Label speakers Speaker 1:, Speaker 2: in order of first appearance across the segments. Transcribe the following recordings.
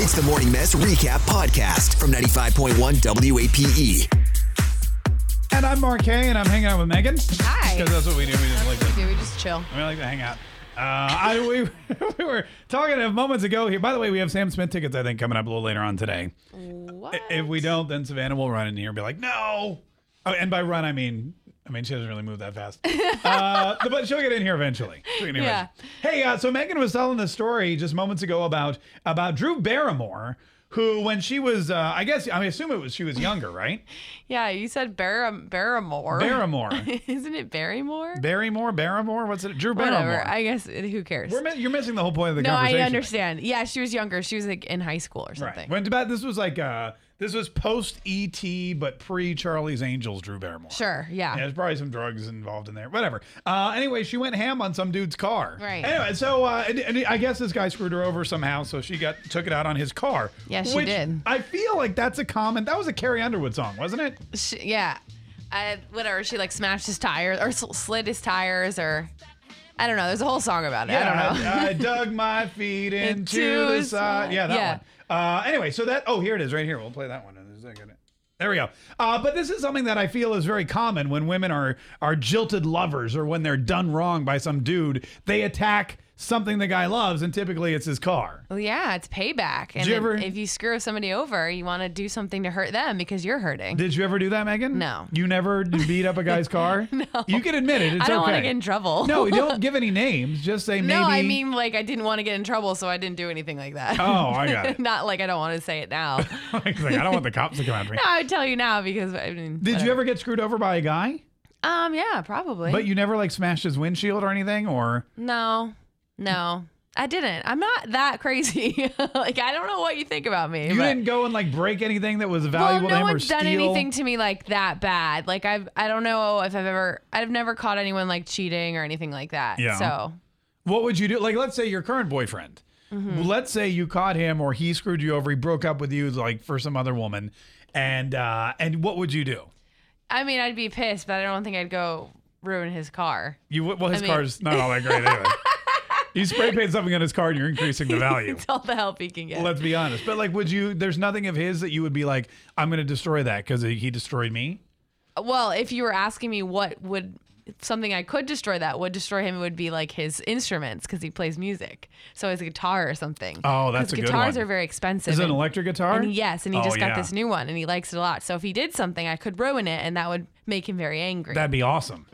Speaker 1: It's the Morning Mess Recap Podcast from 95.1 WAPE.
Speaker 2: And I'm Mark Kay, and I'm hanging out with Megan.
Speaker 3: Hi.
Speaker 2: Because that's what we do. We just like to,
Speaker 3: Yeah, we just chill.
Speaker 2: we like to hang out. Uh, I, we, we were talking a moments ago here. By the way, we have Sam Smith tickets, I think, coming up a little later on today.
Speaker 3: What?
Speaker 2: I- If we don't, then Savannah will run in here and be like, no. Oh, and by run, I mean, I mean, she doesn't really move that fast. uh, but she'll get in here eventually. She'll get in here
Speaker 3: Yeah.
Speaker 2: eventually. Hey, uh, so Megan was telling this story just moments ago about about Drew Barrymore, who when she was, uh, I guess, I assume it was she was younger, right?
Speaker 3: yeah, you said Bar- Barrymore.
Speaker 2: Barrymore.
Speaker 3: Isn't it Barrymore?
Speaker 2: Barrymore, Barrymore, what's it? Drew Barrymore.
Speaker 3: Whatever. I guess it, who cares?
Speaker 2: We're, mi- you're missing the whole point of the
Speaker 3: no, I
Speaker 2: conversation.
Speaker 3: understand. Yeah, she was younger. She was like in high school or
Speaker 2: Right.
Speaker 3: something.
Speaker 2: When about this was like uh this was post ET but pre Charlie's Angels Drew Barrymore.
Speaker 3: Sure. Yeah.
Speaker 2: Yeah, there's probably some drugs involved in there. Whatever. Uh, anyway, she went ham on some dude's car.
Speaker 3: Right.
Speaker 2: Anyway, so uh, and, and I guess this guy screwed her over somehow, so she got took it out on his car.
Speaker 3: Yeah, she
Speaker 2: which
Speaker 3: did.
Speaker 2: I feel like that's a common. That was a Carrie Underwood song, wasn't it?
Speaker 3: She, yeah. I, whatever. She like smashed his tires or sl- slid his tires or I don't know. There's a whole song about it. I don't know.
Speaker 2: I, I dug my feet into,
Speaker 3: Into
Speaker 2: the
Speaker 3: the
Speaker 2: side.
Speaker 3: side.
Speaker 2: Yeah, that
Speaker 3: Yeah.
Speaker 2: one. Uh, anyway, so that, oh, here it is right here. We'll play that one in a second. There we go. Uh, but this is something that I feel is very common when women are are jilted lovers or when they're done wrong by some dude. They attack something the guy loves, and typically it's his car.
Speaker 3: Well, yeah, it's payback. And
Speaker 2: you
Speaker 3: if-
Speaker 2: ever-
Speaker 3: if you screw somebody over, you want to do something to hurt them because you're hurting.
Speaker 2: Did you ever do that, Megan?
Speaker 3: No.
Speaker 2: You never d- beat up a guy's car? no. You can admit it. It's
Speaker 3: I don't
Speaker 2: okay.
Speaker 3: want to get in trouble.
Speaker 2: No, you don't give any names. Just say maybe.
Speaker 3: No, I mean like I didn't want to get in trouble, so I didn't do anything like that.
Speaker 2: Oh, I got it.
Speaker 3: Not like I don't want to say it now.
Speaker 2: It's like, I don't want the cops to come after me.
Speaker 3: no, I would tell you now because I mean.
Speaker 2: Did you ever get screwed over by a guy?
Speaker 3: ever? Um, yeah, probably.
Speaker 2: But you never like smashed his windshield or anything, or
Speaker 3: no, no, I didn't. I'm not that crazy. like I don't know what you think about me.
Speaker 2: you
Speaker 3: but-
Speaker 2: didn't go and like break anything that was
Speaker 3: Well,
Speaker 2: valuable
Speaker 3: no
Speaker 2: to him or
Speaker 3: one's
Speaker 2: steal.
Speaker 3: done anything to me like that bad. Like I've, I don't know if I've ever, I've never caught anyone like cheating or anything like that.
Speaker 2: Yeah.
Speaker 3: So
Speaker 2: what would you do? Like, let's say your current boyfriend.
Speaker 3: Mm-hmm.
Speaker 2: Let's say you caught him or he screwed you over. He broke up with you like for some other woman, and uh, and what would you do?
Speaker 3: I mean, I'd be pissed, but I don't think I'd go ruin his car.
Speaker 2: You would- well, his
Speaker 3: I mean-
Speaker 2: car's not all that great anyway. you spray paint something on his car, and you're increasing the value.
Speaker 3: It's all the help he can get.
Speaker 2: Let's be honest. But like, would you? There's nothing of his that you would be like, I'm going to destroy that because he destroyed me.
Speaker 3: Well, if you were asking me what would something I could destroy that would destroy him would be like his instruments because he plays music, so his guitar or something.
Speaker 2: Oh, that's
Speaker 3: 'Cause
Speaker 2: a good
Speaker 3: Guitars
Speaker 2: one.
Speaker 3: are very expensive.
Speaker 2: Is it an
Speaker 3: and-
Speaker 2: electric guitar?
Speaker 3: and yes, and he
Speaker 2: Oh,
Speaker 3: just got
Speaker 2: yeah.
Speaker 3: this new one, and he likes it a lot. So if he did something, I could ruin it, and that would make him very angry.
Speaker 2: That'd be awesome.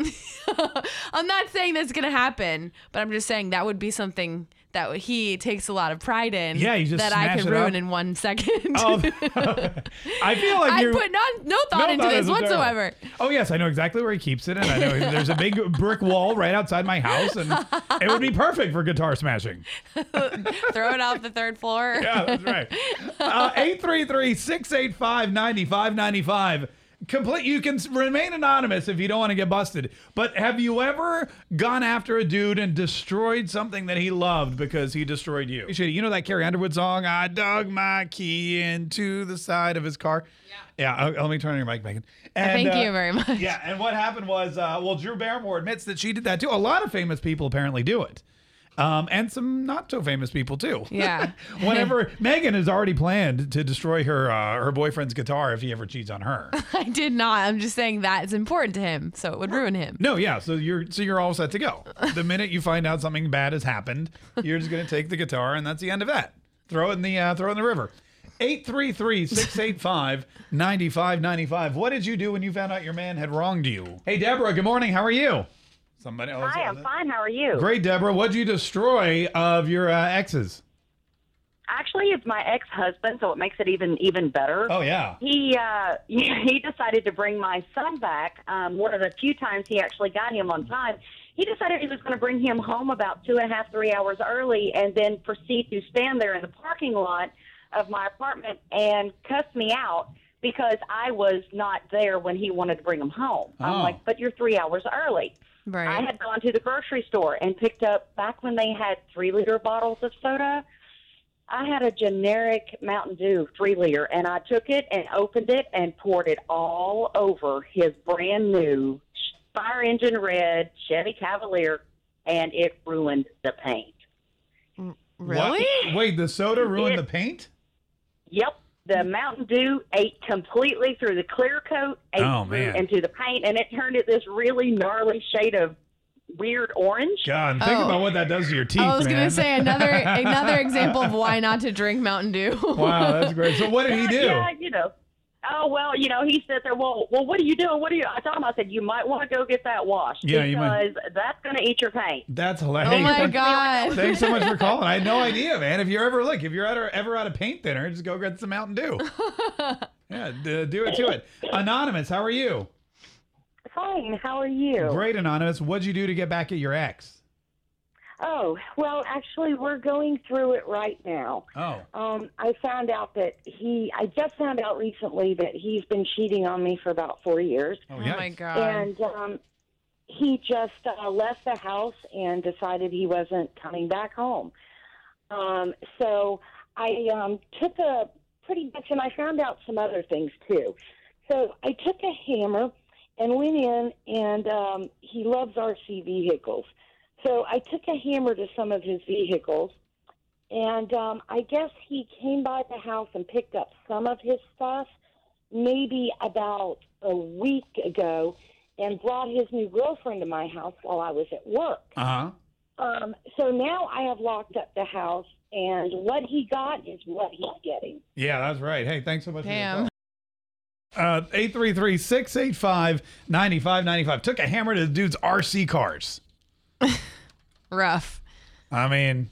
Speaker 3: I'm not saying that's gonna happen, but I'm just saying that would be something that would- he takes a lot of pride in.
Speaker 2: Yeah, you just
Speaker 3: that I
Speaker 2: smash
Speaker 3: could
Speaker 2: it
Speaker 3: ruin
Speaker 2: up.
Speaker 3: in one second.
Speaker 2: Oh, I feel like
Speaker 3: I
Speaker 2: you're.
Speaker 3: put not, no
Speaker 2: No,
Speaker 3: thought into
Speaker 2: not
Speaker 3: this
Speaker 2: as a terror.
Speaker 3: whatsoever.
Speaker 2: Oh yes, I know exactly where he keeps it, and I know there's a big brick wall right outside my house, and it would be perfect for guitar smashing.
Speaker 3: Throw it off the third floor.
Speaker 2: Yeah, that's right. Uh, 833-685-9595. Complete. You can s- remain anonymous if you don't want to get busted. But have you ever gone after a dude and destroyed something that he loved because he destroyed you? Appreciate it. You know that Carrie Underwood song? I dug my key into the side of his car. Yeah. Yeah. uh, Let me turn on your mic, Megan. And,
Speaker 3: Thank
Speaker 2: uh,
Speaker 3: you very much.
Speaker 2: Yeah, and what happened was, uh, well, Drew Barrymore admits that she did that too. A lot of famous people apparently do it, um, and some not so famous people too.
Speaker 3: Yeah.
Speaker 2: Whenever Megan has already planned to destroy her uh, her boyfriend's guitar if he ever cheats on her.
Speaker 3: I did not. I'm just saying that is important to him, so it would ruin him.
Speaker 2: No, yeah. So you're so you're all set to go. The minute you find out something bad has happened, you're just gonna take the guitar and that's the end of that. Throw it in the uh, throw it in the river. 833-685-9595. What did you do when you found out your man had wronged you? Hey Deborah, good morning. How are you? Somebody else.
Speaker 4: Hi, I'm fine. How are you?
Speaker 2: Great, Deborah. What'd you destroy of your uh, exes?
Speaker 4: Actually, it's my ex-husband, so it makes it even even better.
Speaker 2: Oh yeah.
Speaker 4: He uh, he decided to bring my son back. Um, one of the few times he actually got him on time. He decided he was going to bring him home about two and a half, three hours early, and then proceed to stand there in the parking lot of my apartment and cuss me out because I was not there when he wanted to bring him home.
Speaker 2: Oh.
Speaker 4: I'm like, but you're three hours early.
Speaker 3: Right.
Speaker 4: I had gone to the grocery store and picked up back when they had three liter bottles of soda. I had a generic Mountain Dew three liter, and I took it and opened it and poured it all over his brand new fire engine red Chevy Cavalier, and it ruined the paint.
Speaker 3: really?
Speaker 2: What? Wait, the soda ruined
Speaker 4: It-
Speaker 2: the paint?
Speaker 4: Yep.
Speaker 2: Mm.
Speaker 4: The Mountain Dew ate completely through the clear coat, ate
Speaker 2: Oh,
Speaker 4: through
Speaker 2: man.
Speaker 4: into the paint, and it turned it this really gnarly shade of weird orange.
Speaker 2: God, think
Speaker 3: Oh.
Speaker 2: about what that does to your teeth,
Speaker 3: I was
Speaker 2: man.
Speaker 3: gonna say another another example of why not to drink Mountain Dew.
Speaker 2: wow, that's great. So what did he do?
Speaker 4: Yeah, you know. Oh well, you know, he said there. Well, well, what are you doing? What are you? I told him. I said you might want to go get that washed.
Speaker 2: Yeah,
Speaker 4: because
Speaker 2: you might.
Speaker 4: that's going to eat your paint.
Speaker 2: That's hilarious.
Speaker 3: oh my
Speaker 2: Thank-
Speaker 3: god.
Speaker 2: Thanks so much for calling. I had no idea, man. If you're ever look, if you're ever ever out of paint thinner, just go get some Mountain Dew. yeah, d- do it to it. Anonymous, how are you?
Speaker 4: Fine. How are you?
Speaker 2: Great, anonymous. What'd you do to get back at your ex?
Speaker 5: Oh, well, actually, we're going through it right now.
Speaker 2: Oh,
Speaker 5: Um, I found out that he, I just found out recently that he's been cheating on me for about four years.
Speaker 2: oh,
Speaker 3: Oh
Speaker 2: yeah.
Speaker 3: my god.
Speaker 5: And um, he just uh, left the house and decided he wasn't coming back home. Um, so I um, took a pretty much, and I found out some other things too. So I took a hammer and went in, and um, he loves RC vehicles. So I took a hammer to some of his vehicles, and um, I guess he came by the house and picked up some of his stuff maybe about a week ago and brought his new girlfriend to my house while I was at work.
Speaker 2: Uh huh.
Speaker 5: Um, so now I have locked up the house, and what he got is what he's getting.
Speaker 2: Yeah, that's right. Hey, thanks so much for your
Speaker 3: Damn.
Speaker 2: call. Uh, 833-685-9595. Took a hammer to the dude's RC cars.
Speaker 3: Rough.
Speaker 2: I mean,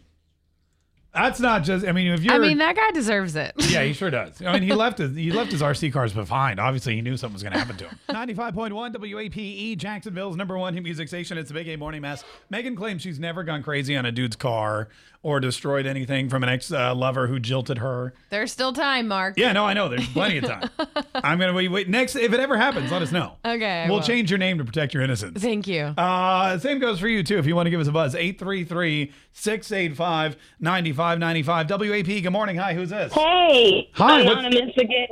Speaker 2: that's not just. I mean, if you're,
Speaker 3: I mean, that guy deserves it.
Speaker 2: yeah, he sure does. I mean, he left his he left his RC cars behind. Obviously, he knew something was going to happen to him. Ninety-five point one WAPe E, Jacksonville's number one hit music station. It's the Big A Morning Mass. Megan claims she's never gone crazy on a dude's car or destroyed anything from an ex uh, lover who jilted her.
Speaker 3: There's still time, Mark.
Speaker 2: Yeah, no, I know. There's plenty of time. I'm gonna wait, wait. Next, if it ever happens, let us know.
Speaker 3: Okay, I
Speaker 2: we'll
Speaker 3: will.
Speaker 2: change your name to protect your innocence.
Speaker 3: Thank you.
Speaker 2: Uh, same goes for you, too, if you want to give us a buzz. 833-685-9595. WAP, good morning. Hi, who's this?
Speaker 5: Hey,
Speaker 2: Hi, what-
Speaker 5: anonymous again.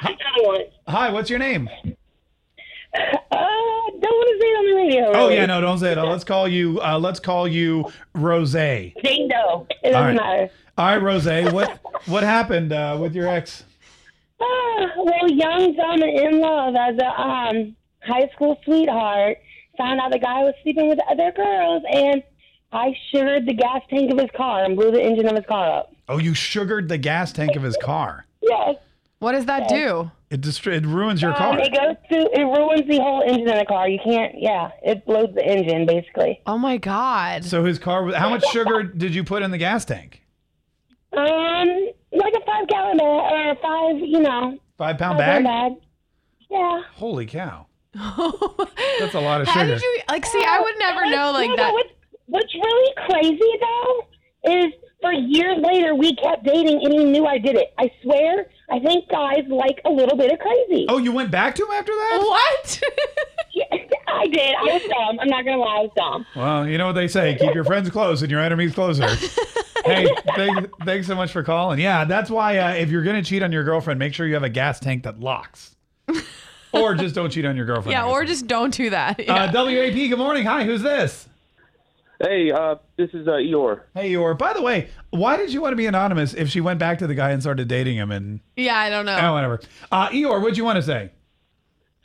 Speaker 5: I don't want.
Speaker 2: Hi, what's your name?
Speaker 5: Uh, don't want to say it on the radio.
Speaker 2: Oh,
Speaker 5: really.
Speaker 2: yeah, no, don't say it. Let's call you, uh, let's call you Rose. All
Speaker 5: Ding dong. It doesn't
Speaker 2: All right.
Speaker 5: matter.
Speaker 2: right, Rose, what, what happened uh, with your ex?
Speaker 5: Ah, well, young, dumb, and in love as a um, high school sweetheart. Found out the guy was sleeping with other girls, and I sugared the gas tank of his car and blew the engine of his car up.
Speaker 2: Oh, you sugared the gas tank of his car.
Speaker 5: Yes.
Speaker 3: What does that do?
Speaker 2: It, dist- it ruins your
Speaker 5: Um,
Speaker 2: car.
Speaker 5: it goes to it ruins the whole engine in the car. You can't. Yeah, it blows the engine basically.
Speaker 3: Oh my god.
Speaker 2: So his car, was- how much sugar did you put in the gas tank?
Speaker 5: Um, like a five gallon bag or a five, you know,
Speaker 2: Five pound
Speaker 5: five gallon
Speaker 2: bag?
Speaker 5: bag. Yeah.
Speaker 2: Holy cow. That's a lot of
Speaker 3: How
Speaker 2: sugar.
Speaker 3: did you like? See, I would never
Speaker 5: What's-
Speaker 3: know like
Speaker 5: no, no,
Speaker 3: that.
Speaker 5: What's, what's really crazy though is for years later we kept dating and he knew I did it. I swear. I think guys like a little bit of crazy.
Speaker 2: Oh, you went back to him after that?
Speaker 3: Oh. What?
Speaker 5: Yeah, I did. I was dumb. I'm not gonna lie. I was dumb.
Speaker 2: Well, you know what they say: keep your friends close and your enemies closer. hey, thank, thanks so much for calling. Yeah, that's why uh, if you're gonna cheat on your girlfriend, make sure you have a gas tank that locks, or just don't cheat on your girlfriend.
Speaker 3: yeah,
Speaker 2: I
Speaker 3: or
Speaker 2: guess.
Speaker 3: just don't do that. Yeah.
Speaker 2: Uh, WAP. Good morning. Hi, who's this?
Speaker 6: Hey, uh, this is uh, Eeyore.
Speaker 2: Hey, or by the way, why did you want to be anonymous if she went back to the guy and started dating him and
Speaker 3: yeah, I don't know.
Speaker 2: oh, whatever? Uh, Eeyore, what'd you want to say?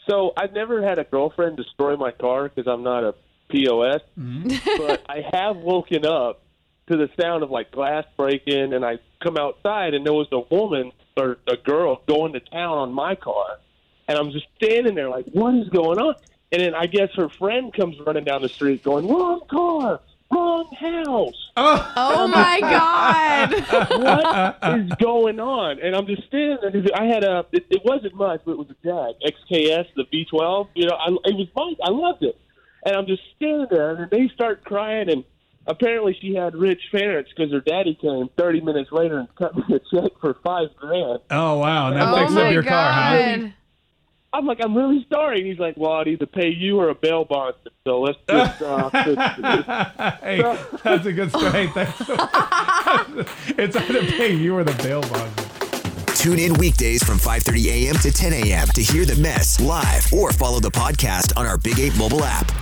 Speaker 6: So I've never had a girlfriend destroy my car because I'm not a POS, but I have woken up to the sound of like glass breaking, and I come outside and there was a woman or a girl going to town on my car, and I'm just standing there like, what is going on? And then I guess her friend comes running down the street going, wrong car, wrong house.
Speaker 3: Oh my god.
Speaker 6: what is going on? And I'm just standing there. 'cause I had a. It, it wasn't much, but it was a Jag XKS, the V12. You know, I, it was mine. I loved it. And I'm just standing there, and they start crying. And apparently, she had rich parents because her daddy came 30 minutes later and cut me a check for five grand.
Speaker 2: Oh wow, and that
Speaker 3: oh
Speaker 2: fixed
Speaker 3: my
Speaker 2: up your
Speaker 3: god.
Speaker 2: car, huh?
Speaker 6: I'm like, I'm really sorry. And he's like, Well, I'd either pay you or a bail bond. So let's just. Uh, let's-
Speaker 2: hey, that's a good story. Thanks. so much. it's either pay you or the bail bond.
Speaker 1: Tune in weekdays from 5:30 a.m. to 10 a.m. to hear the mess live or follow the podcast on our Big 8 mobile app.